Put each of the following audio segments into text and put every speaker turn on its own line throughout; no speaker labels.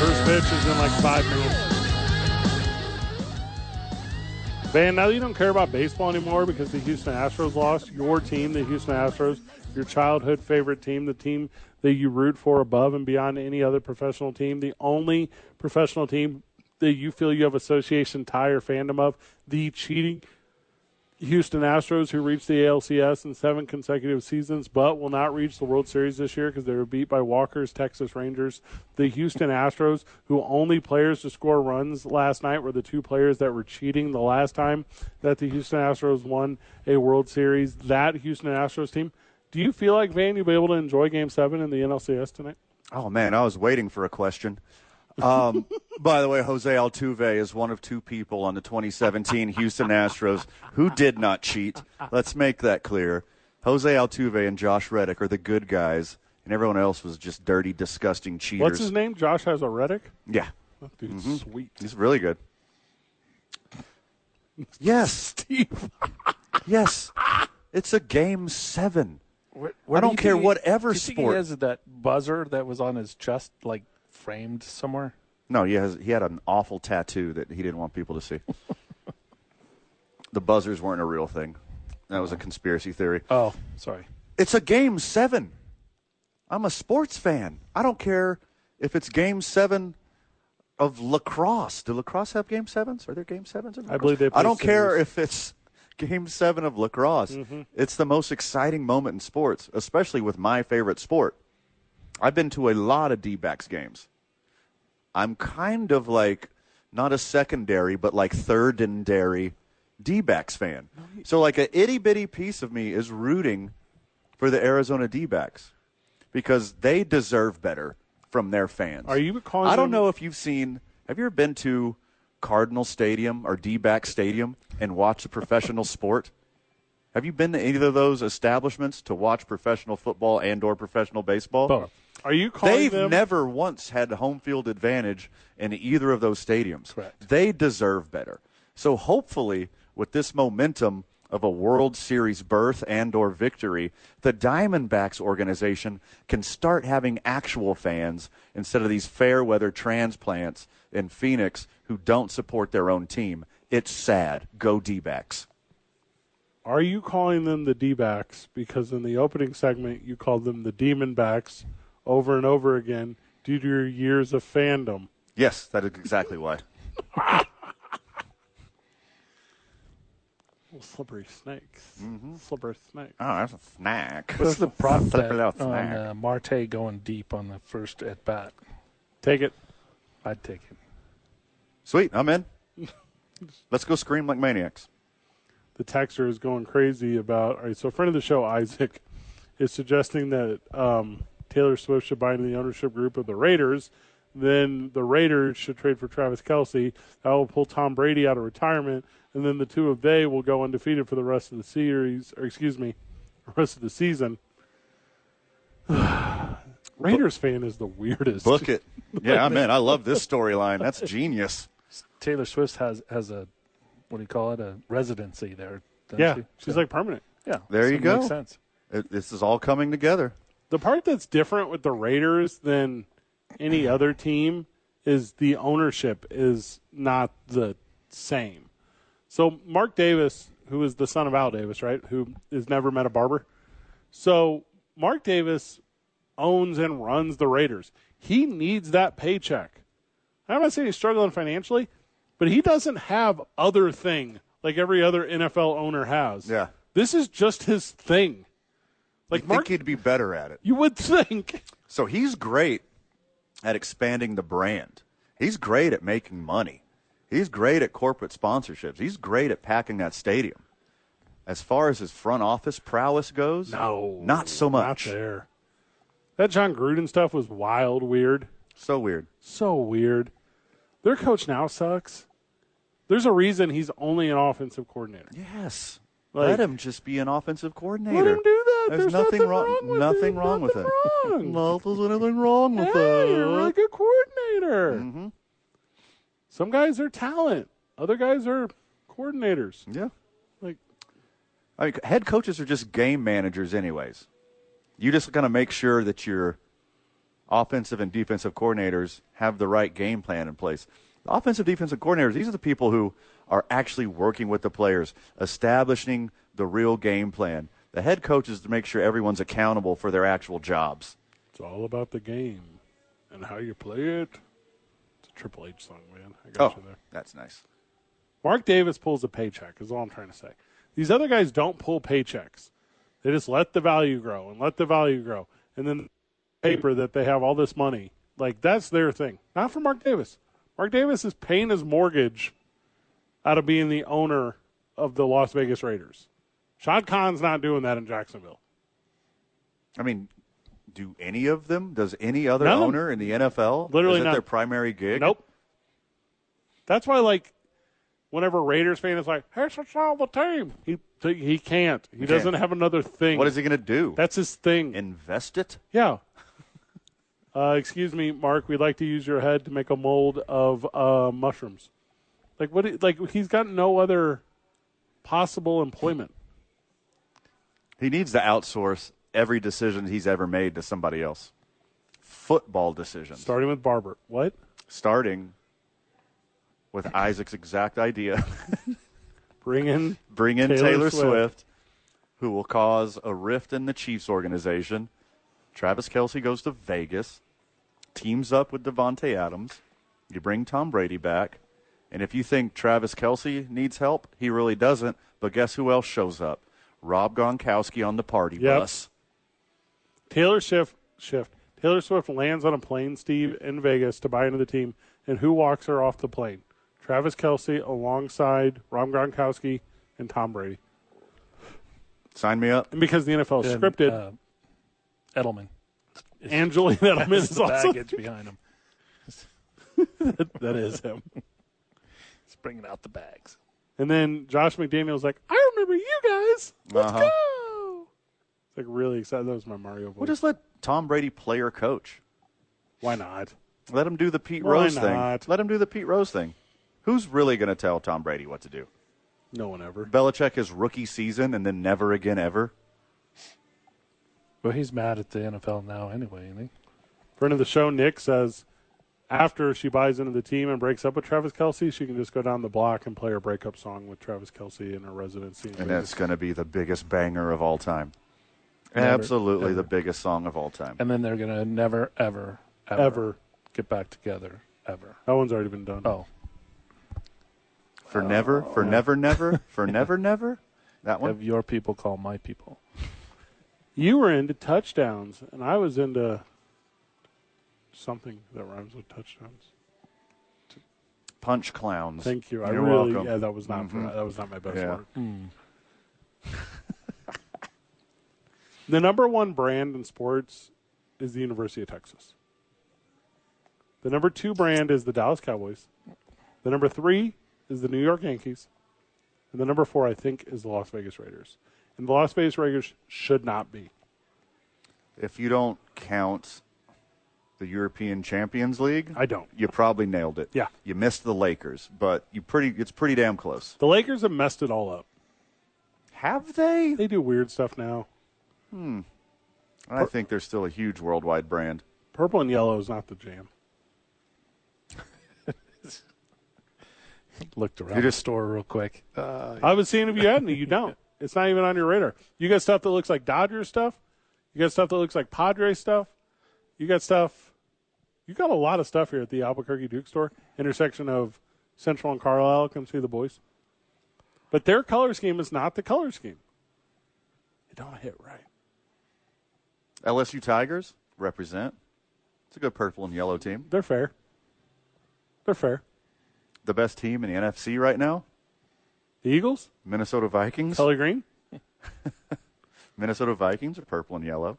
First pitch is in like five minutes. Van, now that you don't care about baseball anymore because the Houston Astros lost, your team, the Houston Astros, your childhood favorite team, the team that you root for above and beyond any other professional team, the only professional team that you feel you have association tie or fandom of, the cheating Houston Astros, who reached the ALCS in seven consecutive seasons, but will not reach the World Series this year because they were beat by Walker's Texas Rangers. The Houston Astros, who only players to score runs last night were the two players that were cheating the last time that the Houston Astros won a World Series. That Houston Astros team. Do you feel like Van you'll be able to enjoy Game Seven in the NLCS tonight?
Oh man, I was waiting for a question. Um, by the way, Jose Altuve is one of two people on the 2017 Houston Astros who did not cheat. Let's make that clear. Jose Altuve and Josh Reddick are the good guys, and everyone else was just dirty, disgusting cheaters.
What's his name? Josh has a Reddick.
Yeah, Mm-hmm.
Dude, sweet.
he's really good. Yes,
Steve.
yes, it's a game seven.
Where-
I
where
don't
you
care
think he-
whatever
do you think
sport.
He has that buzzer that was on his chest, like framed somewhere.
No, he has. He had an awful tattoo that he didn't want people to see. the buzzers weren't a real thing. That was a conspiracy theory.
Uh,
Oh, sorry.
It's a game seven. I'm a sports fan. I don't care if it's game seven of lacrosse. Do lacrosse have game sevens? Are there game sevens? In lacrosse?
believe they
I
play
don't care
series.
if it's game seven of lacrosse.
Mm-hmm.
It's the most exciting moment in sports, especially with my favorite sport. I've been to a lot of D backs games. I'm kind of like not a secondary, but like third and dairy D backs fan. So like a itty bitty piece of me is rooting for the Arizona D backs because they deserve better from their fans.
Are you calling
I don't
them-
know if you've seen have you ever been to Cardinal Stadium or D back Stadium and watched a professional sport? Have you been to either of those establishments to watch professional football and or professional baseball?
Both.
Are you calling
They've
them?
never once had home field advantage in either of those stadiums.
Correct.
They deserve better. So hopefully, with this momentum of a World Series berth and/or victory, the Diamondbacks organization can start having actual fans instead of these fair weather transplants in Phoenix who don't support their own team. It's sad. Go D-backs.
Are you calling them the D-backs? Because in the opening segment, you called them the Demon backs over and over again due to your years of fandom.
Yes, that is exactly why.
Well, slippery snakes. Slippery snakes.
Oh, that's a snack.
Mm-hmm. What's the prop
Flip it
bet
out,
on
snack.
uh, Marte going deep on the first at bat?
Take it.
I'd take it.
Sweet, I'm in. Let's go scream like maniacs.
The texter is going crazy about. All right, so a friend of the show, Isaac, is suggesting that um, Taylor Swift should buy into the ownership group of the Raiders. Then the Raiders should trade for Travis Kelsey. That will pull Tom Brady out of retirement, and then the two of they will go undefeated for the rest of the series. Or excuse me, the rest of the season. Raiders fan is the weirdest.
Book it. Yeah, I'm in. I love this storyline. That's genius.
Taylor Swift has has a what do you call it? A residency there. doesn't
Yeah,
she?
she's
So,
like permanent.
yeah.
There you
so it Makes
go.
sense.
It, this is all coming together.
The part that's different with the Raiders than any other team is the ownership is not the same. So Mark Davis, who is the son of Al Davis, right, who has never met a barber. So Mark Davis owns and runs the Raiders. He needs that paycheck. I'm not saying he's struggling financially, but he doesn't have other thing like every other NFL owner has.
Yeah.
This is just his thing.
I
Like
think
Mark
he'd be better at it.
you would think.
So he's great at expanding the brand. He's great at making money. He's great at corporate sponsorships. He's great at packing that stadium. As far as his front office prowess goes,
No.
not so much.
Not there. That John Gruden stuff was wild, weird.
So weird.
So weird. Their coach now sucks. There's a reason he's only an offensive coordinator.
Yes.
Like-
Let him just be an offensive coordinator.
Let him do that.
There's, nothing, wrong.
with
nothing
it.
wrong with it.
Nothing wrong.
Not there's anything wrong with Mm-hmm.
Yeah,
it.
you're a really good coordinator. Some guys are talent. Other guys are coordinators.
Yeah.
Like
I mean, head coaches are just game managers, anyways. You just got to make sure that your offensive and defensive coordinators have the right game plan in place. The offensive defensive coordinators, these are the people who are actually working with the players, establishing the real game plan. The head coach is to make sure everyone's accountable for their actual jobs.
it's all about the game and how you play it. It's a Triple H song, man. I got
Oh,
you there.
that's nice.
Mark Davis pulls a paycheck, is all I'm trying to say. These other guys don't pull paychecks. They just let the value grow and let the value grow. And then paper that they have all this money. Like that's their thing. Not for Mark Davis. Mark Davis is paying his mortgage out of being the owner of the Las Vegas Raiders. Shad Khan's not doing that in Jacksonville.
I mean, do any of them? Does any other
None of them.
owner in the NFL?
Literally
is that
none.
their primary gig?
Nope. That's why, like, whenever Raiders fan is like, "Hey, it's all the team," he he can't. He, doesn't have another thing.
What is he going to do?
That's his thing.
Invest it?
Yeah. Uh, excuse me, Mark. We'd like to use your head to make a mold of uh, mushrooms. Like what? Like he's got no other possible employment.
He needs to outsource every decision he's ever made to somebody else. Football decisions.
Starting with barber. What?
Starting with Isaac's exact idea.
Bring in.
Bring in Taylor,
Taylor
Swift.
Swift.
who will cause a rift in the Chiefs organization. Travis Kelsey goes to Vegas, teams up with Devontae Adams. You bring Tom Brady back. And if you think Travis Kelsey needs help, he really doesn't. But guess who else shows up? Rob Gronkowski on the party
Yep.
bus.
Taylor Swift. Shift. Taylor Swift lands on a plane, Steve, in Vegas to buy into the team, and who walks her off the plane? Travis Kelsey alongside Ron Gronkowski and Tom Brady.
Sign me up.
And because the NFL is
And,
scripted,
uh, Edelman.
Angelina Edelman
That's
is
the
also
baggage behind him.
that is him.
He's bringing out the bags.
And then Josh McDaniel's like, I remember you guys. Let's
Uh-huh.
go. It's like really excited. That was my Mario voice.
Well, just let Tom Brady play or coach.
Why not?
Let him do the Pete
Why
Rose
not?
thing. Let him do the Pete Rose thing. Who's really going to tell Tom Brady what to do?
No one ever.
Belichick his rookie season and then never again ever.
Well, he's mad at the NFL now anyway, isn't he?
Friend of the show, Nick says, after she buys into the team and breaks up with Travis Kelsey, she can just go down the block and play her breakup song with Travis Kelsey in her residency. in
And
Vegas.
that's going to be the biggest banger of all time. Absolutely the biggest song of all time.
And then they're going to never, ever, ever,
Ever.
get back together. Ever.
That one's already been done.
Hmm.
Oh,
For never,
Oh.
for never, never, for never, never. That one.
have your people call my people.
You were into touchdowns, and I was into something that rhymes with touchdowns.
Punch Clowns.
Thank you. I
You're
really,
welcome. Mm-hmm.
yeah, that was not for, that was not my best
Yeah.
work. the number one brand in sports is the University of Texas. The number two brand is the Dallas Cowboys. The number three is the New York Yankees. And the number four, I think, is the Las Vegas Raiders. And the Las Vegas Raiders should not be.
If you don't count the European Champions League,
I don't.
you probably nailed it.
Yeah.
You missed the Lakers, but you pretty it's pretty damn close.
The Lakers have messed it all up.
Have they?
They do weird stuff now.
I think they're still a huge worldwide brand.
Purple and yellow is not the jam.
Looked around
You're just-
the store real quick.
I was seeing if you had any. You don't. It's not even on your radar. You got stuff that looks like Dodgers stuff. You got stuff that looks like Padres stuff. You got stuff. You got a lot of stuff here at the Albuquerque Duke store intersection of Central and Carlisle. Come see the boys. But their color scheme is not the color scheme. It don't hit right.
LSU Tigers represent. It's a good purple and yellow team.
They're fair. They're fair.
The best team in the NFC right now,
The Eagles,
Minnesota Vikings.
color green.
Minnesota Vikings are purple and yellow.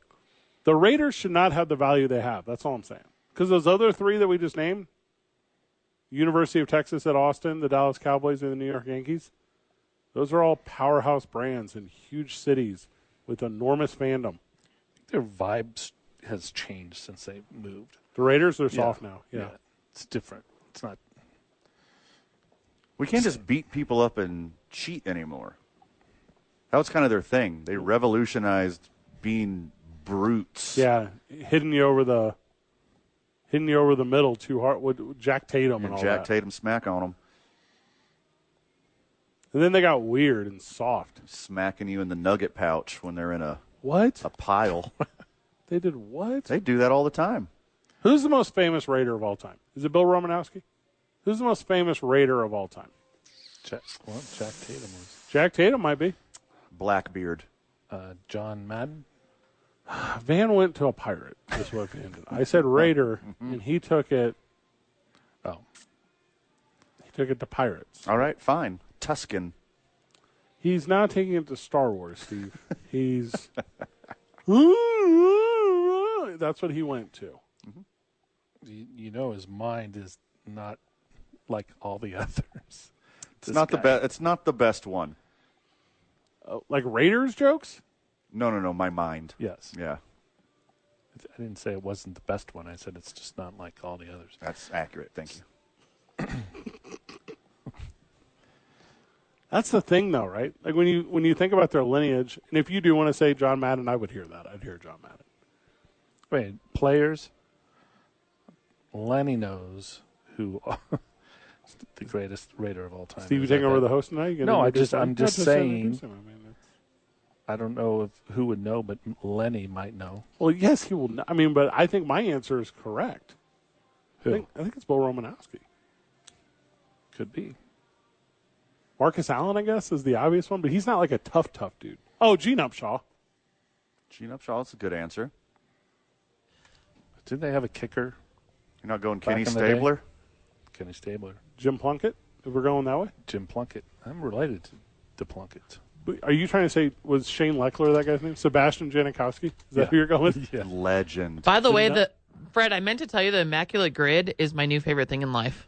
The Raiders should not have the value they have. That's all I'm saying. Because those other three that we just named University of Texas at Austin, the Dallas Cowboys, and the New York Yankees those are all powerhouse brands in huge cities with enormous fandom.
Their vibes has changed since they moved.
The Raiders are soft now. Yeah.
It's different. It's not.
We can't just beat people up and cheat anymore. That was kind of their thing. They revolutionized being brutes.
Yeah. Hitting you over the hitting you over the middle too hard with Jack Tatum and,
And
all
Jack
that.
Tatum smack on them,
and then they got weird and soft.
smacking you in the nugget pouch when they're in a,
What?
a pile.
They did what?
they do that all the time.
Who's the most famous Raider of all time? Is it Bill Romanowski? Who's the most famous Raider of all time?
Jack, well, Jack Tatum was
Jack Tatum might be.
Blackbeard.
uh, John Madden.
Van went to a pirate. Is what Van did. I said Raider, and he took it.
Oh,
He took it to pirates.
All right, fine. Tuscan.
He's now taking it to Star Wars, Steve. He's. That's what he went to.
you, you know his mind is not like all the others.
It's not the best. It's not the best one.
Oh.
Like Raiders jokes?
No, no, no. My mind.
Yes,
Yeah,
I didn't say it wasn't the best one. I said it's just not like all the others.
that's accurate. Thank you.
That's the thing, though, right? Like when you when you think about their lineage, and if you do want to say John Madden, I would hear that. I'd hear John Madden.
Wait, players. Lenny knows who are the greatest raider of all time.
Steve, you
is. I
taking over
bet-
the host tonight? You gonna
No, I
introduce
just- I'm
him?
just
No,
saying-
introduce him. I mean, it's-
I don't know if who would know, but Lenny might know.
well, yes, he will. Not, I mean, but I think my answer is correct. I
Who
think, I think it's Bill Romanowski.
could be?
Marcus Allen, I guess, is the obvious one, but he's not like a tough, tough dude. Oh, Gene Upshaw.
Gene Upshaw. That's a good answer.
Didn't they have a kicker,
You're not going Kenny
in the day.
Stabler.
Kenny Stabler,
Jim Plunkett, if we're going that way.
Jim Plunkett? I'm related to, to Plunkett.
But Are you trying to say, was Shane Leckler that guy's name? Sebastian Janikowski? Is that
Yeah.
who you're going with?
Yeah.
Legend.
By the way,
not-
the Fred, I meant to tell you the Immaculate Grid is my new favorite thing in life.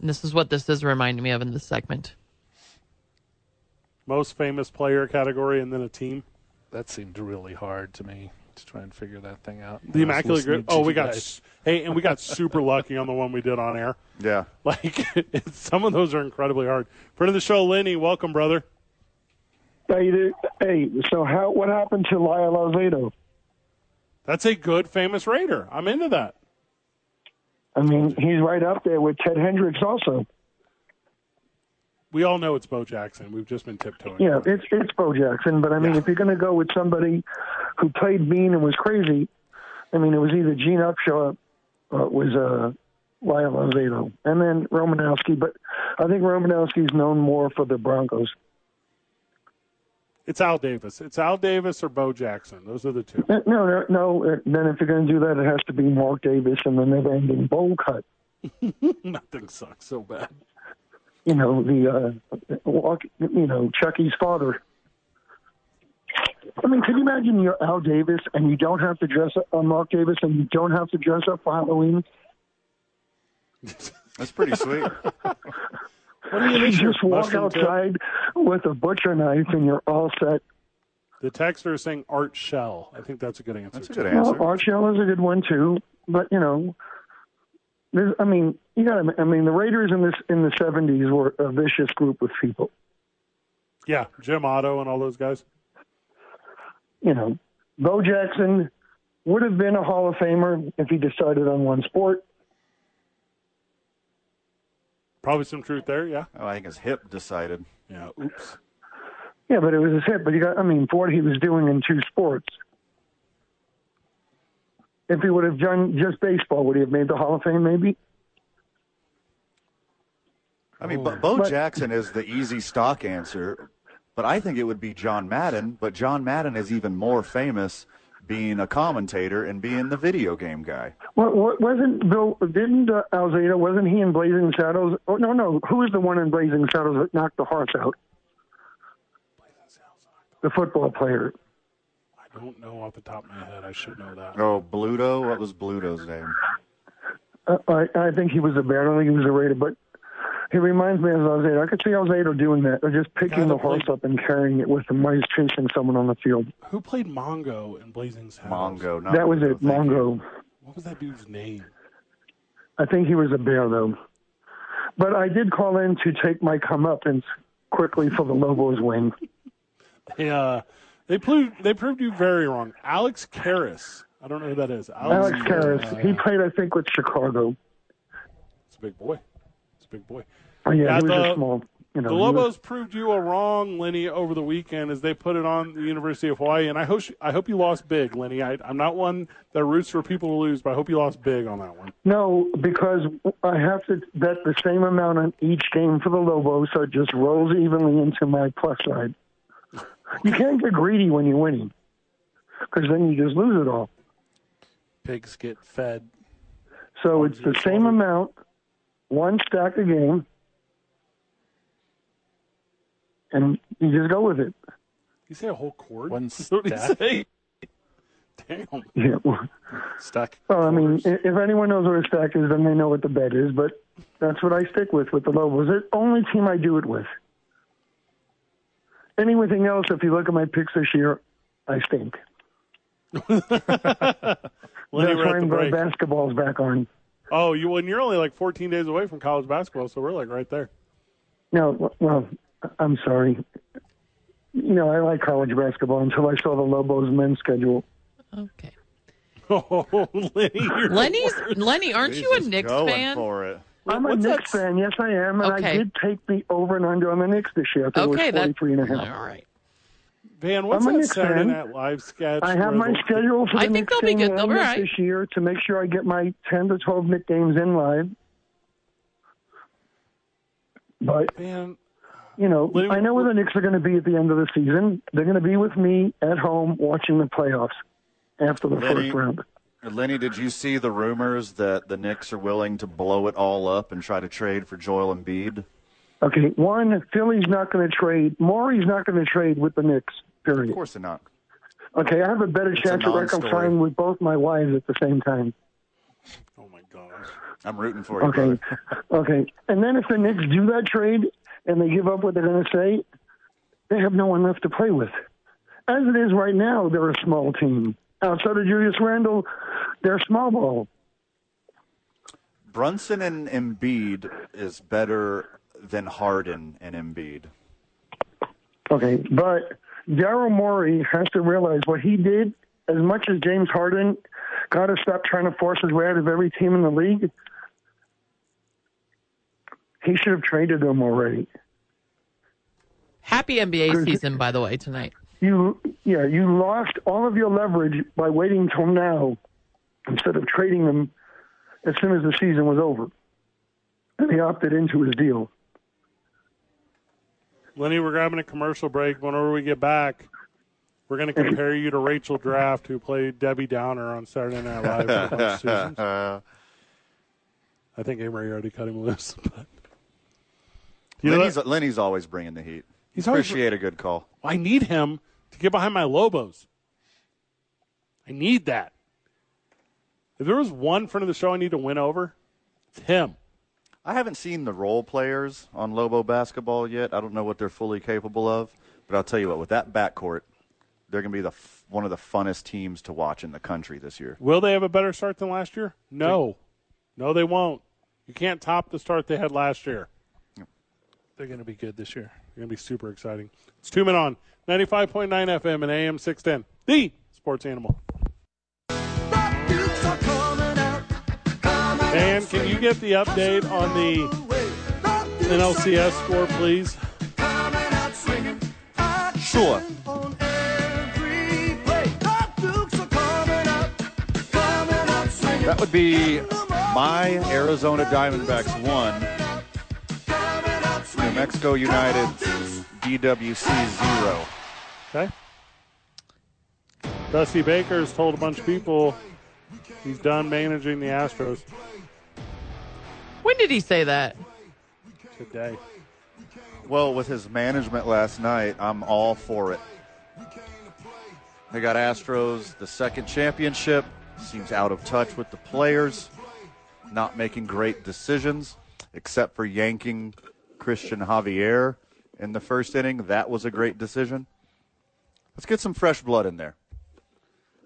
And this is what this is reminding me of in this segment.
Most famous player category and then a team.
That seemed really hard to me to try and figure that thing out.
The
I was
Immaculate
listening
Grid.
to
Oh,
you
we got,
guys.
s- hey, and we got super lucky on the one we did on air.
Yeah.
Like, some of those are incredibly hard. Friend of the show, Lenny, welcome, brother.
Hey, dude, hey, so how what happened to Lyle Alzado?
That's a good, famous Raider. I'm into that.
I mean, he's right up there with Ted Hendricks also.
We all know it's Bo Jackson. We've just been tiptoeing.
Yeah, it's it's Bo Jackson, but I mean, if you're going to go with somebody who played mean and was crazy, I mean, it was either Gene Upshaw or it was uh, Lyle Alzado, and then Romanowski. But I think Romanowski's known more for the Broncos.
It's Al Davis. It's Al Davis or Bo Jackson. Those are the two.
No, no, no. uh, Then if you're going to do that, it has to be Mark Davis and the never-ending bowl cut.
Nothing sucks so bad.
You know the uh, walk. You know Chucky's father. I mean, can you imagine you're Al Davis and you don't have to dress up uh, Mark Davis and you don't have to dress up for Halloween?
That's pretty sweet.
You just walk
Mushroom tip?
outside with a butcher knife and you're all set.
The texter is saying Art Shell. I think that's a good answer.
That's a
too.
good
Well,
answer.
Archell is a good one too, but you know, there's, I mean, you got. to I mean, the Raiders in this in the '70s were a vicious group of people.
Yeah, Jim Otto and all those guys.
you know, Bo Jackson would have been a Hall of Famer if he decided on one sport.
Probably some truth there. Yeah.
Oh, I think his hip decided.
Yeah. Oops.
Yeah, but it was his hit. But you got, I mean, for what he was doing in two sports. If he would have done just baseball, would he have made the Hall of Fame? Maybe.
I mean, Bo, Bo
But-
Jackson is the easy stock answer, but I think it would be John Madden. But John Madden is even more famous being a commentator and being the video game guy.
What, what wasn't Bill? Didn't uh, Alzada? Wasn't he in Blazing Saddles? Oh no, no. Who was the one in Blazing Saddles that knocked the horse out? the football player.
I don't know off the top of my head. I should know that.
Oh, Bluto. What was Bluto's name?
Uh, I, I think he was a bear. I don't think he was a raider, but he reminds me of Alzado. I could see Alzado doing that, or just
Guy
picking
that
the horse
played-
up and carrying it with him while he's chasing someone on the field.
Who played Mongo in Blazing Saddles?
Mongo. Not
that was
Bluto,
it,
thank you.
Mongo.
What was that dude's name?
I think he was a bear though. But I did call in to take my comeuppance quickly for the Lobos win.
Hey, uh,
They proved they proved you very wrong. Alex Karras. I don't know who that is.
Alex
Alex,
Karras, he played, I think, with Chicago.
it's a big boy. It's a big boy.
Oh, yeah,
Yeah,
he was
the-
a small. You know,
The
he was-
Lobos proved you a wrong, Lenny, over the weekend as they put it on the University of Hawaii. And I hope I hope you lost big, Lenny. I, I'm not one that roots for people to lose, but I hope you lost big on that one.
No, because I have to bet the same amount on each game for the Lobos, so it just rolls evenly into my plus side. You can't get greedy when you're winning, because then you just lose it all.
pigs get fed.
So it's the same amount, one stack a game, and you just go with it.
You say a whole cord?
One
What do you
stack.
say? Damn.
Yeah. Well, oh,
Stuck.
I mean, i- if anyone knows what a stack is, then they know what the bet is. But that's what I stick with with the Lobos. It's the only team I do it with. Anything else, if you look at my picks this year, I stink.
Lenny,
that's
we're
why
at the
I'm going
break.
basketball's back on.
Oh, you and you're only like 14 days away from college basketball, so we're like right there.
No, well, I'm sorry. You know, I like college basketball until I saw the Lobos men's schedule.
Okay.
Oh, Lenny, you're
Lenny's Lenny, aren't you a
He's just
Knicks
going
fan?
for it.
I'm a
What's that
Knicks fan. Yes, I am. And
Okay.
I did take the over and under on the Knicks this year. I think
Okay,
it was
that,
43 and a half.
all right.
Van, what's
I'm a
that
Knicks
Saturday
fan.
Night Live sketch?
I have
where
my
the-
schedule for the
I think
next
they'll be
game
good. They'll be
lineup
all right.
this year to make sure I get my 10 to 12 Knicks games in live. But,
Van,
you know,
Lenny,
I know where the Knicks are going to be at the end of the season. They're going to be with me at home watching the playoffs after the
Lenny.
first round.
Uh, Lenny, did you see the rumors that the Knicks are willing to blow it all up and try to trade for Joel Embiid?
Okay, one, Philly's not going to trade. Maury's not going to trade with the Knicks,
Of
period.
course they're not.
Okay, I have a better
a
chance of
non-story.
reconciling with both my wives at the same time.
oh my gosh.
I'm rooting for you.
Okay,
brother.
okay. And then if the Knicks do that trade and they give up what they're going to say, they have no one left to play with. As it is right now, they're a small team. Outside of Julius Randle, they're small ball.
Brunson and Embiid is better than Harden and Embiid.
Okay, but Daryl Morey has to realize what he did. As much as James Harden got to stop trying to force his way out of every team in the league, he should have traded them already.
Happy NBA season, by the way, tonight.
You, yeah, you lost all of your leverage by waiting till now instead of trading them as soon as the season was over. And he opted into his deal.
Lenny, we're grabbing a commercial break. Whenever we get back, we're going to compare you to Rachel Draft, who played Debbie Downer on Saturday Night Live for a bunch of seasons.
Uh,
I think Amory already cut him loose. But You know
Lenny's, Lenny's always bringing the heat.
He's always-
Appreciate a good call.
I need him to get behind my Lobos. I need that. If there was one friend of the show I need to win over, it's him.
I haven't seen the role players on Lobo basketball yet. I don't know what they're fully capable of, but I'll tell you what, with that backcourt, they're going to be the f- one of the funnest teams to watch in the country this year.
Will they have a better start than last year? No. No, they won't. You can't top the start they had last year.
They're going to be good this year.
It's going to be super exciting. It's two men on 95.9 FM and AM 610. The sports animal. Dan, can you get the update on the NLCS score, please?
Sure. That would be my Arizona Diamondbacks 1, New Mexico United DWC 0.
Okay. Dusty Baker's told a bunch of people he's done managing the Astros
When did he say that?
today.
Well, with his management last night, I'm all for it. They got Astros, the second championship. Seems out of touch with the players, not making great decisions, except for yanking Christian Javier in the first inning. That was a great decision. Let's get some fresh blood in there.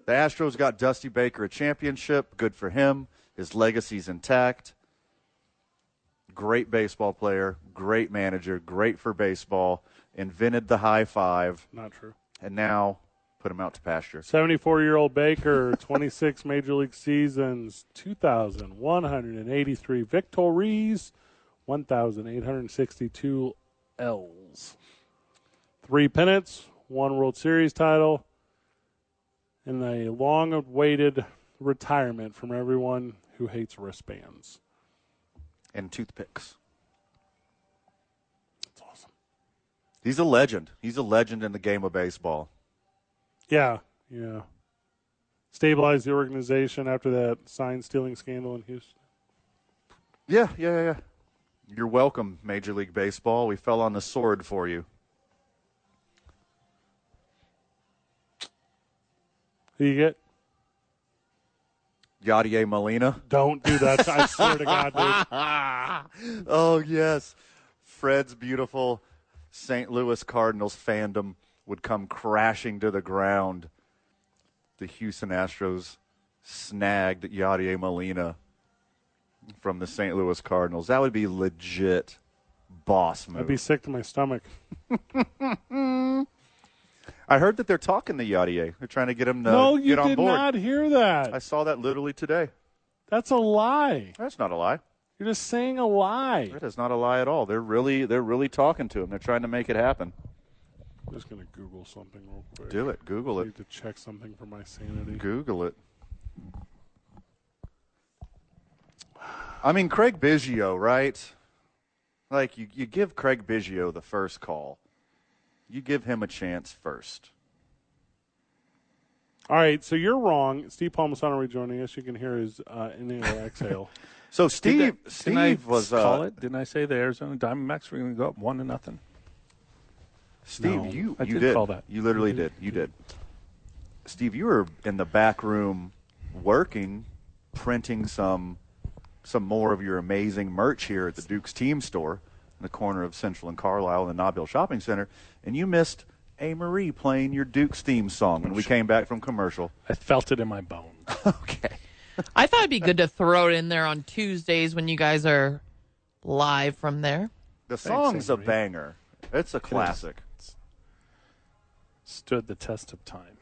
The Astros got Dusty Baker a championship. Good for him. His legacy's intact. Great baseball player, great manager, great for baseball. Invented the high five,
Not true.
and now put him out to pasture.
74 year old Baker, 26 major league seasons, 2,183 victories, 1,862 L's, three pennants, one World Series title, and a long awaited retirement from everyone who hates wristbands.
And toothpicks.
That's awesome.
He's a legend. He's a legend in the game of baseball.
Yeah, yeah. Stabilized the organization after that sign stealing scandal in Houston.
Yeah, yeah, yeah, yeah. You're welcome, Major League Baseball. We fell on the sword for you.
Who you get?
Yadier Molina.
Don't do that. I swear to God, dude.
Oh, yes. Fred's beautiful St. Louis Cardinals fandom would come crashing to the ground. The Houston Astros snagged Yadier Molina from the St. Louis Cardinals. That would be legit boss move.
I'd be sick to my stomach.
I heard that they're talking to Yadier. They're trying to get him to
no, you
Uh, get on
did
board.
not hear
I
that.
saw that literally today.
That's a lie.
That's not a lie.
You're just saying a lie.
That is not a lie at all. They're really they're really talking to him. They're trying to make it happen.
I'm just gonna Google something real quick.
Do it. Google
I
it.
need to check something for my sanity.
Google it. I mean, Craig Biggio, right? Like, you, you give Craig Biggio the first call, you give him a chance first.
All right, so you're wrong. Steve Palmisano rejoining us. You can hear his uh, inhale or exhale.
So, Steve,
Didn't I-
Steve
didn't I
was.
call
Uh,
it? Didn't I say the Arizona Diamondbacks were going to go up one to nothing?
Steve,
No,
you,
I
you
did
did.
call that.
You literally did. You did. Steve, you were in the back room working, printing some some more of your amazing merch here at the Duke's Team Store in the corner of Central and Carlisle and the Nobile Shopping Center, and you missed A. Marie playing your Duke's theme song when we came back from commercial.
I felt it in my bones.
Okay.
I thought it'd be good to throw it in there on Tuesdays when you guys are live from there.
The song's a
Avery.
banger. It's a classic.
Stood the test of time.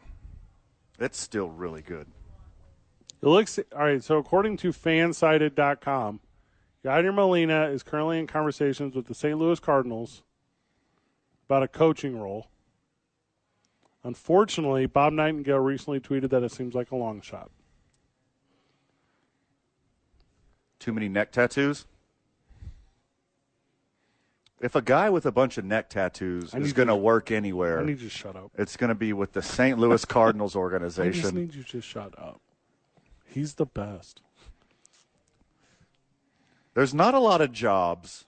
It's still really good.
it looks all right. So according to Fansided.com, Yadier Molina is currently in conversations with the St. Louis Cardinals about a coaching role. Unfortunately, Bob Nightingale recently tweeted that it seems like a long shot.
Too many neck tattoos? If a guy with a bunch of neck tattoos
I
is
need
going to
you-
work anywhere,
I need you to shut up.
it's going to be with the St. Louis Cardinals
I just
organization.
need you to shut up. He's the best.
There's not a lot of jobs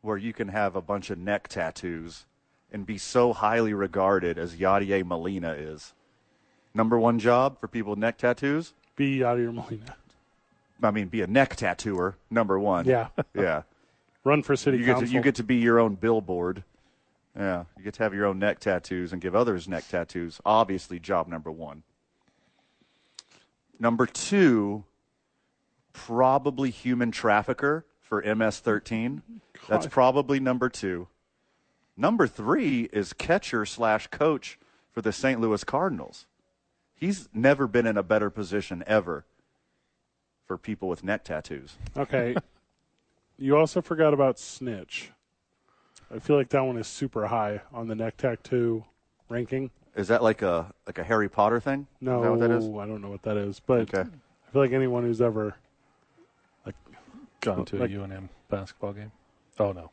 where you can have a bunch of neck tattoos and be so highly regarded as Yadier Molina is. Number one job for people with neck tattoos?
Be Yadier Molina.
I mean, be a neck tattooer, number one.
Yeah.
Yeah.
Run for city
you get
council.
to, you get to be your own billboard. Yeah, you get to have your own neck tattoos and give others neck tattoos. Obviously, job number one. Number two, probably human trafficker for MS-13. That's probably number two. Number three is catcher slash coach for the St. Louis Cardinals. He's never been in a better position ever for people with neck tattoos.
okay. you also forgot about snitch. I feel like that one is super high on the neck tattoo ranking.
Is that like a like a Harry Potter thing?
No,
is that what that is?
I don't know what that is, but
Okay.
I feel like anyone who's ever
Gone to
Like-
a UNM basketball game. Oh no,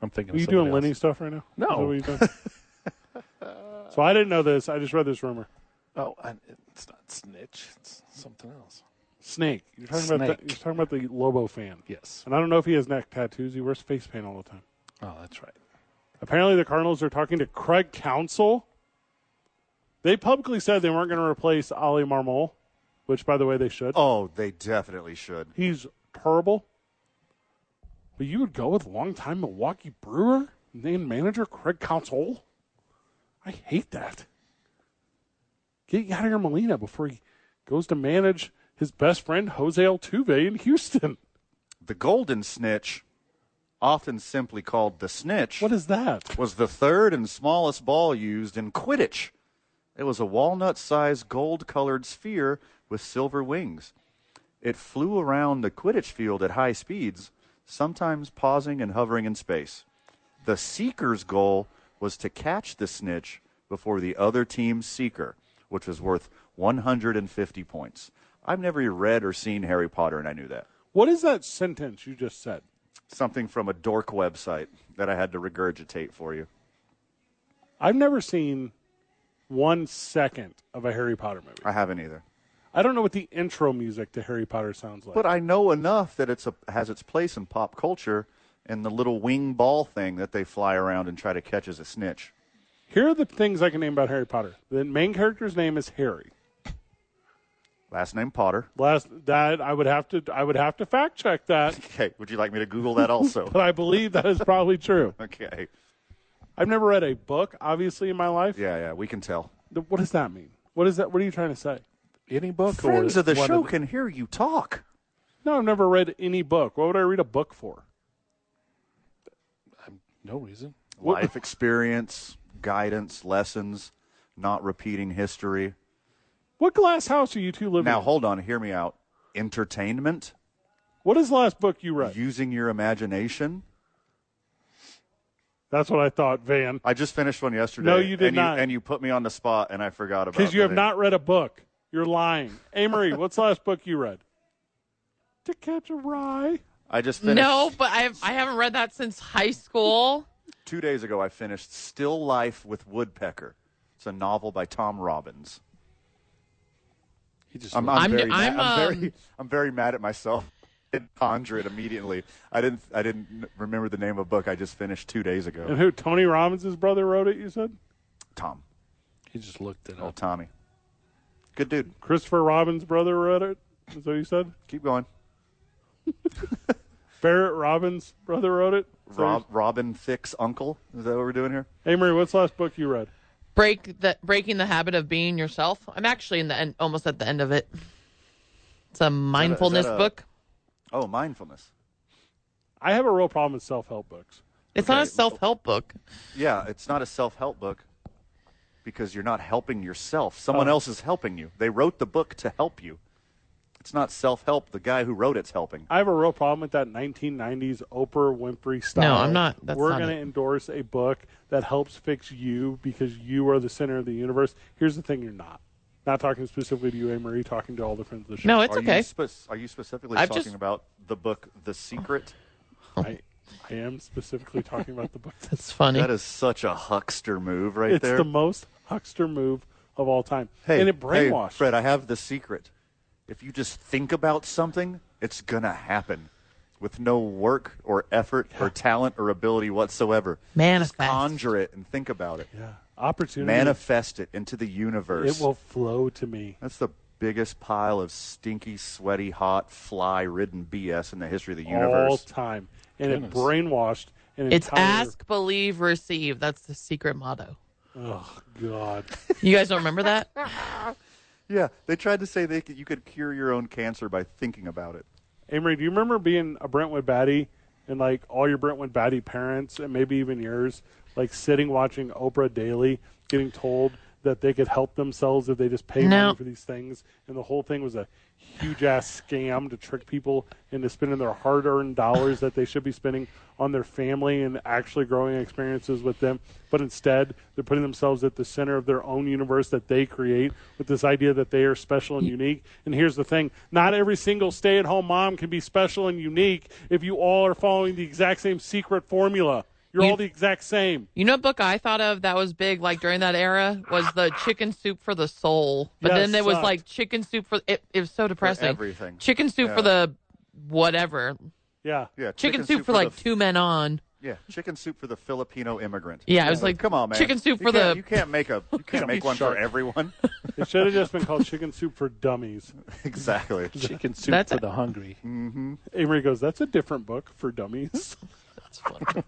I'm thinking.
are
of
you doing
somebody
Lenny
else.
stuff right now?
No.
Is that what you're doing? so I didn't know this. I just read this rumor.
Oh, I, it's not snitch. It's something else.
Snake. You're talking about the,
Snake.
you're talking about the Lobo fan.
Yes.
And I don't know if he has neck tattoos. He wears face paint all the time.
Oh, that's right.
Apparently, the Cardinals are talking to Craig Council They publicly said they weren't going to replace Ali Marmol, which, by the way, they should.
Oh, they definitely should.
He's terrible. But you would go with longtime Milwaukee Brewer named manager Craig Council? I hate that. Get Yadier Molina before he goes to manage his best friend Jose Altuve in Houston.
The Golden Snitch, often simply called the Snitch,
What is that?
was the third and smallest ball used in Quidditch. It was a walnut sized gold colored sphere with silver wings. It flew around the Quidditch field at high speeds, sometimes pausing and hovering in space. The seeker's goal was to catch the snitch before the other team's seeker, which was worth 150 points. I've never read or seen Harry Potter, and I knew that.
What is that sentence you just said?
Something from a dork website that I had to regurgitate for you.
I've never seen one second of a Harry Potter movie.
I haven't either.
I don't know what the intro music to Harry Potter sounds like.
But I know enough that it's a, has its place in pop culture and the little wing ball thing that they fly around and try to catch as a snitch.
Here are the things I can name about Harry Potter. The main character's name is Harry.
Last name Potter.
Last that I would have to I would have to fact check that,
Okay, would you like me to Google that also?
but I believe that is probably true.
okay.
I've never read a book, obviously, in my life.
Yeah, yeah, we can tell.
Th- What does that mean? What is that? What are you trying to say?
Any book
Friends
or
of the
one
show can hear you talk.
No, I've never read any book. What would I read a book for?
no reason.
Life experience, guidance, lessons, not repeating history.
What glass house are you two living
Now,
in?
hold on, hear me out. Entertainment,
What is the last book you read?
using your imagination.
That's what I thought, Van.
I just finished one yesterday.
No, you did
and
not.
and you put me on the spot, and I forgot about it.
Because you have not read a book. You're lying. Amory, what's the last book you read? To Catch a Rye.
I just finished.
No, but I have, I haven't read that since high school.
Two days ago, I finished Still Life with Woodpecker. It's a novel by Tom Robbins.
He just
I'm,
looked-
I'm
I'm-
very, mad.
I'm,
I'm very,
um,
I'm very mad at myself. I didn't conjure it immediately. I didn't, I didn't remember the name of a book I just finished two days
And
ago.
who? Tony Robbins' brother wrote it, you said?
Tom,
he just looked it
old
up.
Tommy, good dude.
Christopher Robbins' brother wrote it? Is that what you said?
Keep going.
Barrett Robbins' brother wrote it? Is that what
Rob, Robin Thicke's uncle. Is that what we're doing here?
you- Amory, what's the last book you read?
Break the breaking the habit of being yourself. I'm actually in the end, almost at the end of it. It's a mindfulness
a-
book.
Oh, mindfulness.
I have a real problem with self help books.
It's not a
okay.
self help book.
Yeah, it's not a self-help book because you're not helping yourself. Someone
Oh.
else is helping you. They wrote the book to help you. It's not self-help. The guy who wrote it's helping.
I have a real problem with that 1990s Oprah Winfrey style.
No, I'm not- that's
We're
not
gonna
it.
endorse a book that helps fix you because you are the center of the universe. Here's the thing: you're not. Not talking specifically to you, Anne Marie. Talking to all the friends of the show.
No, it's
are
okay.
You spe- are you specifically
I've
talking
just-
about the book The Secret?
I, I am specifically talking about the book.
That's funny.
That is such a huckster move right
it's
there.
the most huckster move of all time,
hey,
and it brainwashed.
Hey, Fred, I have The Secret. If you just think about something, it's going to happen with no work or effort or talent or ability whatsoever.
Manifest.
Just conjure it and think about it.
yeah, opportunity.
Manifest it into the universe.
it will flow to me.
That's the biggest pile of stinky, sweaty, hot, fly-ridden BS in the history of the
all
universe.
time, and it
Goodness.
brainwashed. An
It's
entire,
ask, believe, receive. That's the secret motto.
Oh God.
You guys don't remember that?
Yeah, they tried to say they could, you could cure your own cancer by thinking about it.
Amory, do you remember being a Brentwood baddie and like all your Brentwood baddie parents and maybe even yours, like sitting watching Oprah daily, getting told that they could help themselves if they just paid
No.
money for these things, and the whole thing was a huge ass scam to trick people into spending their hard earned dollars that they should be spending on their family and actually growing experiences with them, but instead they're putting themselves at the center of their own universe that they create with this idea that they are special and unique. And here's the thing not every single stay at home mom can be special and unique if you all are following the exact same secret formula. You're
You-
all the exact same.
You know, what book I thought of that was big, like during that era, was the Chicken Soup for the Soul. But
Yeah,
then there was
sucked.
like Chicken Soup for it. It was so depressing.
everything.
Chicken Soup
Yeah.
for the whatever.
Yeah.
Yeah,
Chicken, soup, for like
the-
two men on.
Yeah, chicken soup for the Filipino immigrant.
Yeah, I was like,
come on, man.
chicken soup
You
for the-
can't- You can't make a. You can't make one for everyone.
It should have just been called Chicken Soup for Dummies.
exactly.
Chicken soup
That's
for
a-
the hungry.
Amory goes, "That's a different book for dummies."
That's funny.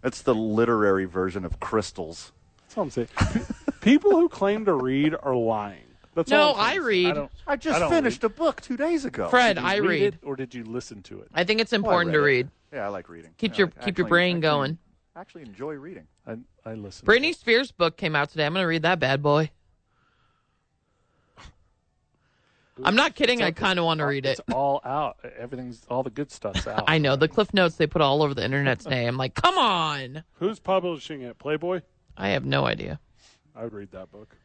That's the literary version of crystals.
That's all I'm saying. P- People who claim to read are lying. That's
no,
all I'm
I
saying.
read.
I don't.
I just
don't
finished a book two days ago.
Fred,
Did you
I
read,
read.
it or did you listen to it?
I think it's important to
read
read.
Yeah, I like reading.
Keep
Yeah,
your
like-
keep your
actually-
brain
actually-
going.
Actually, enjoy reading.
I, I listened.
Britney Spears' book came out today. I'm going to read that bad boy. I'm not kidding. I kind of want to read it.
It's all out. Everything's all the good stuff's out.
I know the cliff notes they put all over the internet today. I'm like, come on.
Who's publishing it? Playboy.
I have no idea.
I would read that book.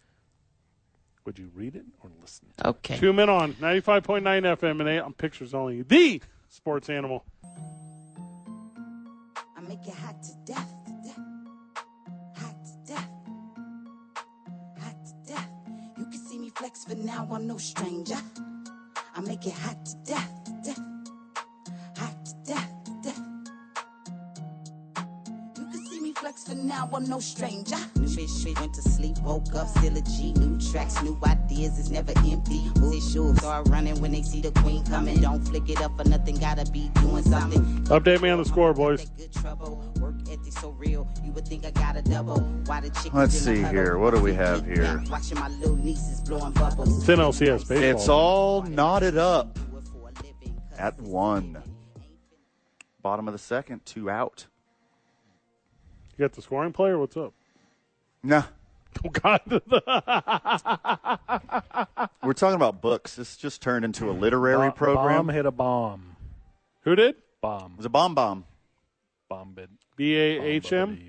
Would you read it or listen? To
Okay.
Two men on 95.9 FM and 8 on Pictures Only, the sports animal.
I make you hot to death, to death, hot to death, hot to death. You can see me flex for now, I'm no stranger. I make it hot to death, to death, hot to death, to death. You can see me flex for now, I'm no stranger. New bitch, bitch, went to sleep, woke up, still a G. New tracks, new ideas, it's never empty. Booty shoes start running when they see the queen coming. Don't flick it up for nothing, gotta be doing something.
Update me on the score, boys.
Good trouble. Work ethic so real. You would think I got a double. Why the chickens
Let's
in the
see
huddle?
here. What do we have
Kick
here?
back, Watching my little nieces blowing bubbles.
It's NLCS baseball.
It's all knotted up
Do it for a living, 'cause
at one. Bottom of the second, two out.
You got the scoring player? What's up?
Nah,
Oh, God.
we're talking about books. This just turned into a literary
Bo-
program.
Bomb
It
hit a bomb.
Who did?
Bomb.
was a bomb bomb.
Bomb bid.
B A H M?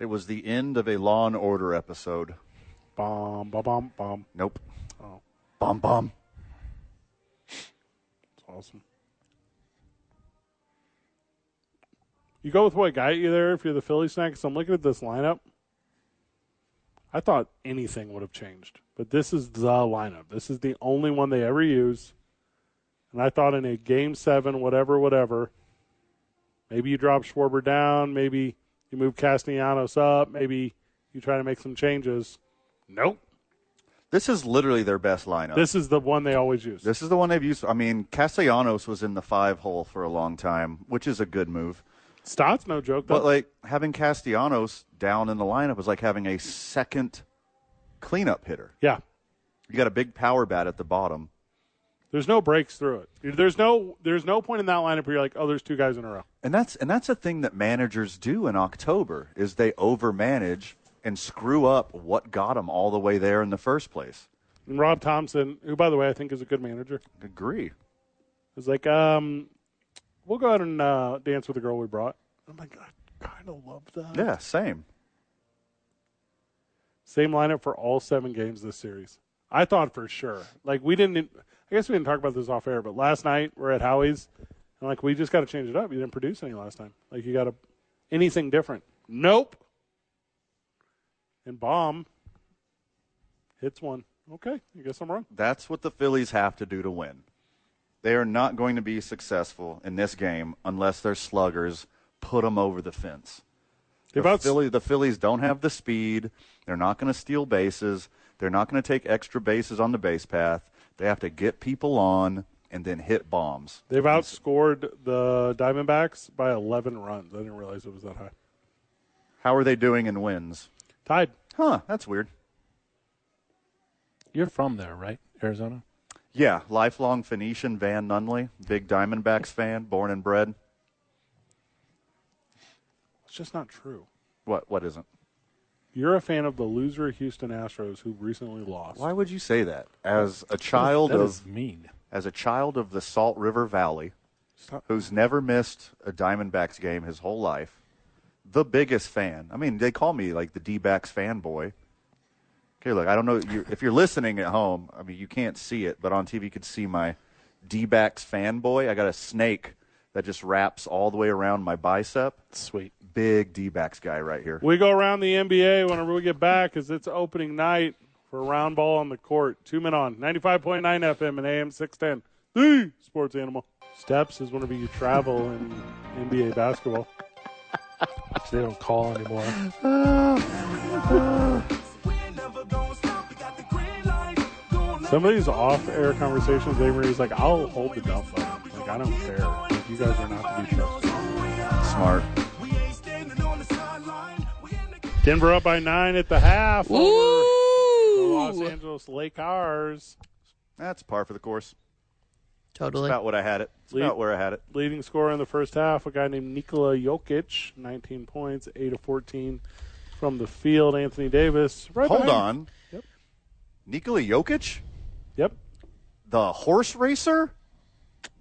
It was the end of a Law and Order episode.
Bomb, bomb, bomb, bomb.
Nope. Bomb bomb.
It's awesome. You go with what got you there if you're the Philly snack? 'Cause I'm looking at this lineup. I thought anything would have changed, but this is the lineup. This is the only one they ever use. And I thought in a game seven, whatever, whatever, maybe you drop Schwarber down, maybe you move Castellanos up, maybe you try to make some changes. Nope.
This is literally their best lineup.
This is the one they always use.
This is the one they've used. I mean, Castellanos was in the five hole for a long time, which is a good move.
Stott's no joke, though.
But like having Castellanos down in the lineup is like having a second cleanup hitter.
yeah.
You got a big power bat at the bottom.
There's no breaks through it. There's no there's no point in that lineup where you're like, oh, there's two guys in a row.
And that's and that's a thing that managers do in October is they overmanage and screw up what got them all the way there in the first place.
And Rob Thompson, who by the way I think is a good manager,
Agree.
is like, um, we'll go out and uh, dance with the girl we brought. I'm like, I kind of love that.
Yeah, same.
Same lineup for all seven games this series. I thought for sure. Like we didn't. e, I guess we didn't talk about this off air, but last night we're at Howie's, and like we just got to change it up. You didn't produce any last time. Like you got to anything different. Nope. And bomb hits one. Okay, I guess I'm wrong.
That's what the Phillies have to do to win. They are not going to be successful in this game unless their sluggers put them over the fence.
They've
The,
outs-
Philly, the Phillies don't have the speed. They're not going to steal bases. They're not going to take extra bases on the base path. They have to get people on and then hit bombs.
they've outscored the Diamondbacks by 11 runs. I didn't realize it was that high.
How are they doing in wins?
Tied.
Huh, that's weird.
You're from there, right? Arizona.
Yeah, lifelong Phoenician Van Nunley, big Diamondbacks fan, born and bred.
It's just not true.
What what isn't?
You're a fan of the loser Houston Astros who recently lost.
Why would you say that? As a child
That
of
is mean.
as a child of the Salt River Valley,
Stop.
who's never missed a Diamondbacks game his whole life, the biggest fan. I mean, they call me like the D-backs fanboy. Okay, look, I don't know you if you're listening at home. I mean, you can't see it, but on TV you could see my D-backs fanboy. I got a snake that just wraps all the way around my bicep.
Sweet.
Big D-backs guy right here.
We go around the NBA whenever we get back because it's opening night for round ball on the court. Two men on 95.9 FM and AM 610. The sports animal. Steps is whenever you travel in NBA basketball.
So they don't call anymore.
Some of these off-air conversations, Amory's like, "I'll hold the dump button. Like, I don't care. Like, you guys are not to be trusted."
Smart.
Denver up by nine at the half. over the Los
Ooh.
Angeles Lakers.
That's par for the course.
Totally.
About what I had it. It's
Lead-
about where I had it.
Leading scorer in the first half, a guy named Nikola Jokic, 19 points, 8 of 14 from the field. Anthony Davis. Right
Hold
behind-
on.
Yep.
Nikola Jokic,
Yep.
the horse racer.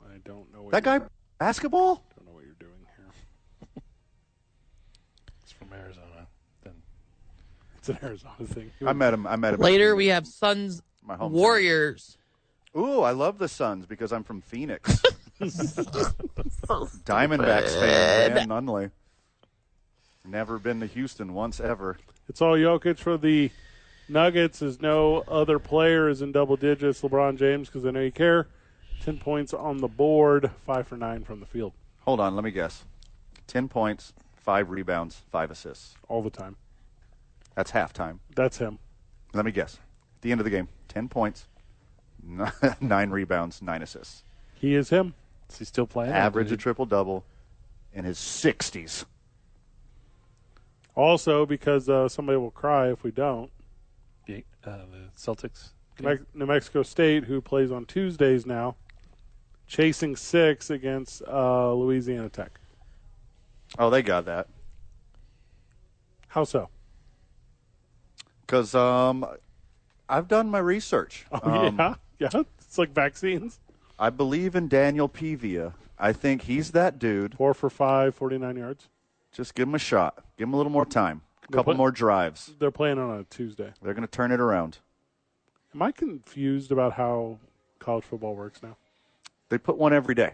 I don't know what
That
you-
guy basketball.
don't know what you're doing here.
It's from Arizona. Then
It's an Arizona thing.
I met him. I met him.
Later, we have Suns
My hometown.
Warriors.
Ooh, I love the Suns because I'm from Phoenix. Diamondbacks fan, Dan Nunley. Never been to Houston once ever.
It's all Jokic for the Nuggets. As no other player is in double digits. LeBron James, because I know you care. Ten points on the board, five for nine from the field,
Hold on, let me guess. Ten points, five rebounds, five assists.
all the time.
That's halftime.
That's him.
Let me guess. At the end of the game, ten points, n- nine rebounds, nine assists.
He is him.
is he still playing?
Average a
Did
triple double in his sixties.
Also, because uh, somebody will cry if we don't.
he- uh, the Celtics.
Mex- New Mexico State, who plays on Tuesdays now, chasing six against uh, Louisiana Tech.
Oh, they got that.
How so?
Because um, I've done my research.
Oh,
Um,
yeah, yeah. It's like vaccines.
I believe in Daniel Pivia. I think he's that dude.
Four for five, 49 yards.
Just give him a shot. Give him a little more time. A couple
put-
more drives.
They're playing on a Tuesday.
They're going to turn it around.
Am I confused about how college football works now?
They put one every day.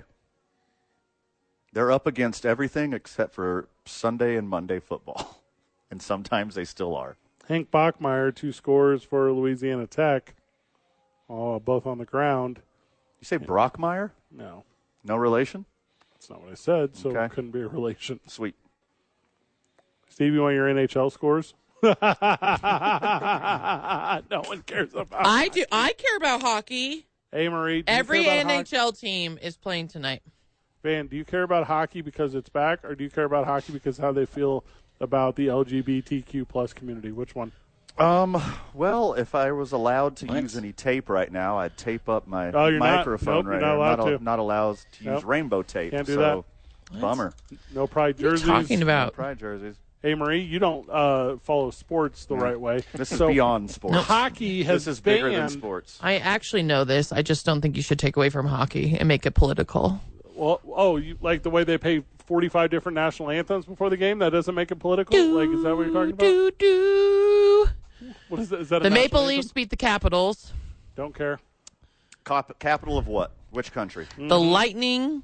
They're up against everything except for Sunday and Monday football. And sometimes they still are.
Hank Bachmeyer, two scores for Louisiana Tech, uh, both on the ground.
You say Brockmeyer?
No,
No relation?
that's not what I said, so it
Okay.
couldn't be a relation.
Sweet.
Steve, you want your NHL scores? no one cares about.
I do. I care about hockey.
Amory, do
Every
you Oh, care about hockey?
NHL team is playing tonight.
Van, do you care about hockey because it's back, or do you care about hockey because how they feel about the LGBTQ plus community? Which one?
Um, well, if I was allowed to
Thanks.
use any tape right now, I'd tape up my
Oh, you're not-
microphone
nope,
right
you're not
here.
allowed
al-
to.
not allowed to use
Nope.
rainbow tape.
Can't do
so bummer.
No pride
What are you
jerseys.
talking about?
Pride jerseys.
Hey, Marie, you don't uh, follow sports the right way.
This is
So
beyond sports.
Hockey has
This is bigger than
banned-
sports.
I actually know this. I just don't think you should take away from hockey and make it political.
Well, oh, you, like the way they pay forty-five different national anthems before the game. That doesn't make it political. like, is that what you're talking about?
Do, do.
What is that? Is that a
The
national
Maple
anthem?
Leafs beat the Capitals.
Don't care.
Cop- capital of what? Which country?
Hmm.
The Lightning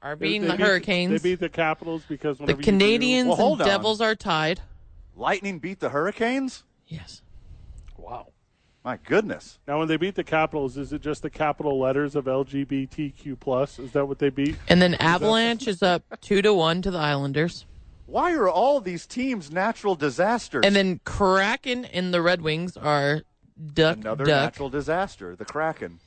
are beating
They
the
beat-
Hurricanes.
They beat the Capitals because
the
whenever you do-
Canadians
Well, hold
and
on.
Devils are tied.
Lightning beat the Hurricanes?
Yes.
Wow.
My goodness.
now, when they beat the Capitals, is it just the capital letters of LGBTQ plus? Is that what they beat?
And then Avalanche is up two to one to the Islanders.
Why are all these teams natural disasters?
And then Kraken and the Red Wings are duck
Another
duck.
natural disaster, the Kraken.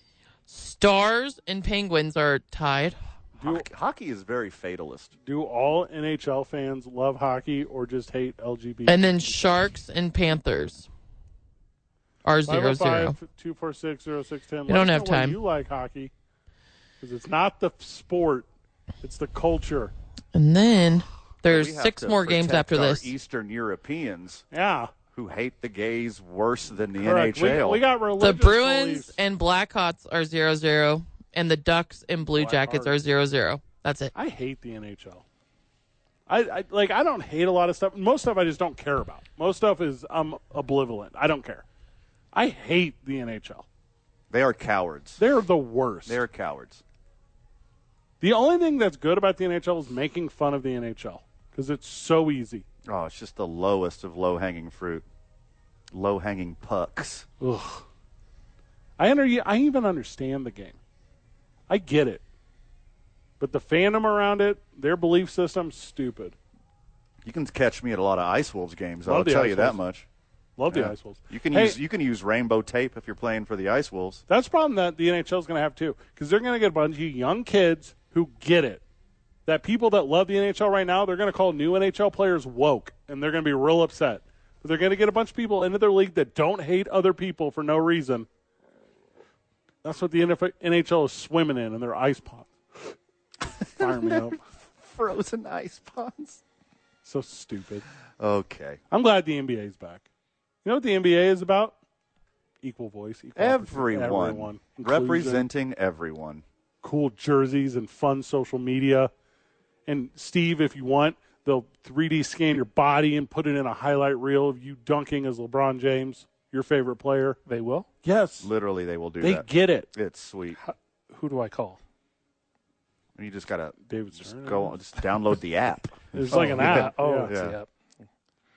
Stars and Penguins are tied.
Hockey, hockey is very fatalist.
Do all NHL fans love hockey or just hate LGBT?
And then Sharks and Panthers are zero zero.
246-0610.
You
Let us
don't have
know why
time.
You like hockey because it's not the sport; it's the culture.
And then
We
there's
have
six
to
more games
protect
after
our
this.
Eastern Europeans
Yeah,
who hate the gays worse than the
correct. We-
NHL.
We, got
The
religious
Bruins
beliefs.
and Blackhawks are zero zero, and the Ducks and Blue Jackets are zero zero. That's it.
I hate the NHL. I, I like. I don't hate a lot of stuff. Most stuff I just don't care about. Most stuff is I'm oblivious. I don't care. I hate the NHL.
they are cowards.
They're the worst.
They are cowards.
the only thing that's good about the NHL is making fun of the NHL because it's so easy.
Oh, it's just the lowest of low hanging fruit. Low hanging pucks.
I under, I even understand the game. I get it. But the fandom around it, their belief system's stupid.
You can catch me at a lot of Ice Wolves games.
Love
I'll
the
tell
Ice
you that
Wolves.
much.
Love
Yeah.
the Ice Wolves.
You can
Hey,
use you can use rainbow tape if you're playing for the Ice Wolves.
That's a problem that the NHL is going to have too, because they're going to get a bunch of young kids who get it. That people that love the NHL right now, they're going to call new NHL players woke, and they're going to be real upset. But they're going to get a bunch of people into their league that don't hate other people for no reason. That's what the NF- NHL is swimming in in their ice pot. Fire me up.
Frozen ice ponds.
So stupid.
Okay.
I'm glad the NBA's back. You know what the NBA is about? Equal voice, equal opportunity,
Everyone,
everyone. Inclusion.
representing everyone.
cool jerseys and fun social media. And Steve, if you want, they'll 3D scan your body and put it in a highlight reel of you dunking as LeBron James, your favorite player.
They will.
Yes,
Literally, they will do
they
that.
get it.
it's sweet.
Who do I call?
You just gotta
David
just
Stern.
go on, just download the app.
It's like an app.
Oh,
yeah.
it's the
Yeah.
app.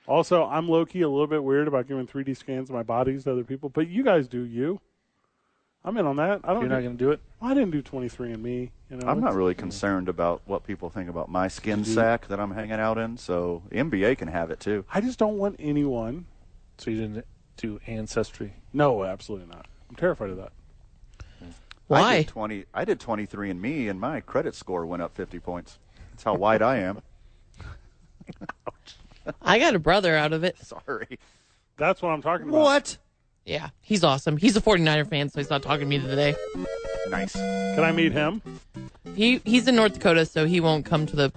Also, I'm low key a little bit weird about giving 3D scans of my bodies to other people, but you guys do you. I'm in on that. I don't.
You're
do-
not going to do it.
I didn't do 23andMe. You know,
I'm not
it's-
really concerned about what people think about my skin sack that I'm hanging out in, so the NBA can have it too.
I just don't want anyone.
So you didn't do ancestry.
No, absolutely not. I'm terrified of that.
I
Why?
did 20. I did 23 and me, and my credit score went up 50 points. That's how wide I am.
I got a brother out of it.
Sorry.
That's what I'm talking about.
What?
Yeah, he's awesome. He's a 49er fan, so he's not talking to me today.
Nice.
Can I meet him?
He he's in North Dakota, so he won't come to the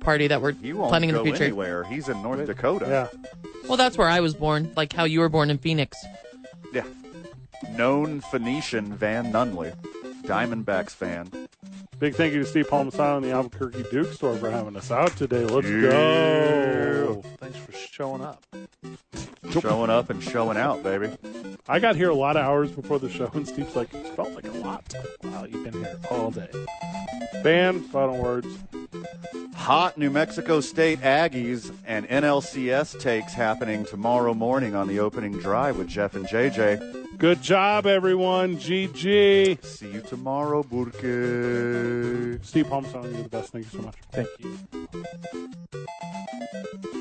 party that we're
He won't
planning in
go
the future.
anywhere. He's in North Dakota.
Yeah.
Well, that's where I was born, like how you were born in Phoenix.
Yeah. Known Phoenician Van Nunley, Diamondbacks fan.
Big thank you to Steve Palmasano and the Albuquerque Duke store for having us out today. Let's go.
Oh, Thanks for showing up.
Showing up and showing out, baby.
I got here a lot of hours before the show, and Steve's like, it felt like a lot.
Wow, you've been here all day.
Band, final words.
Hot New Mexico State Aggies and NLCS takes happening tomorrow morning on the opening drive with Jeff and JJ.
Good job, everyone. GG.
See you tomorrow, Burke.
Steve Palmasano, you're the best. Thank you so much.
Thank you.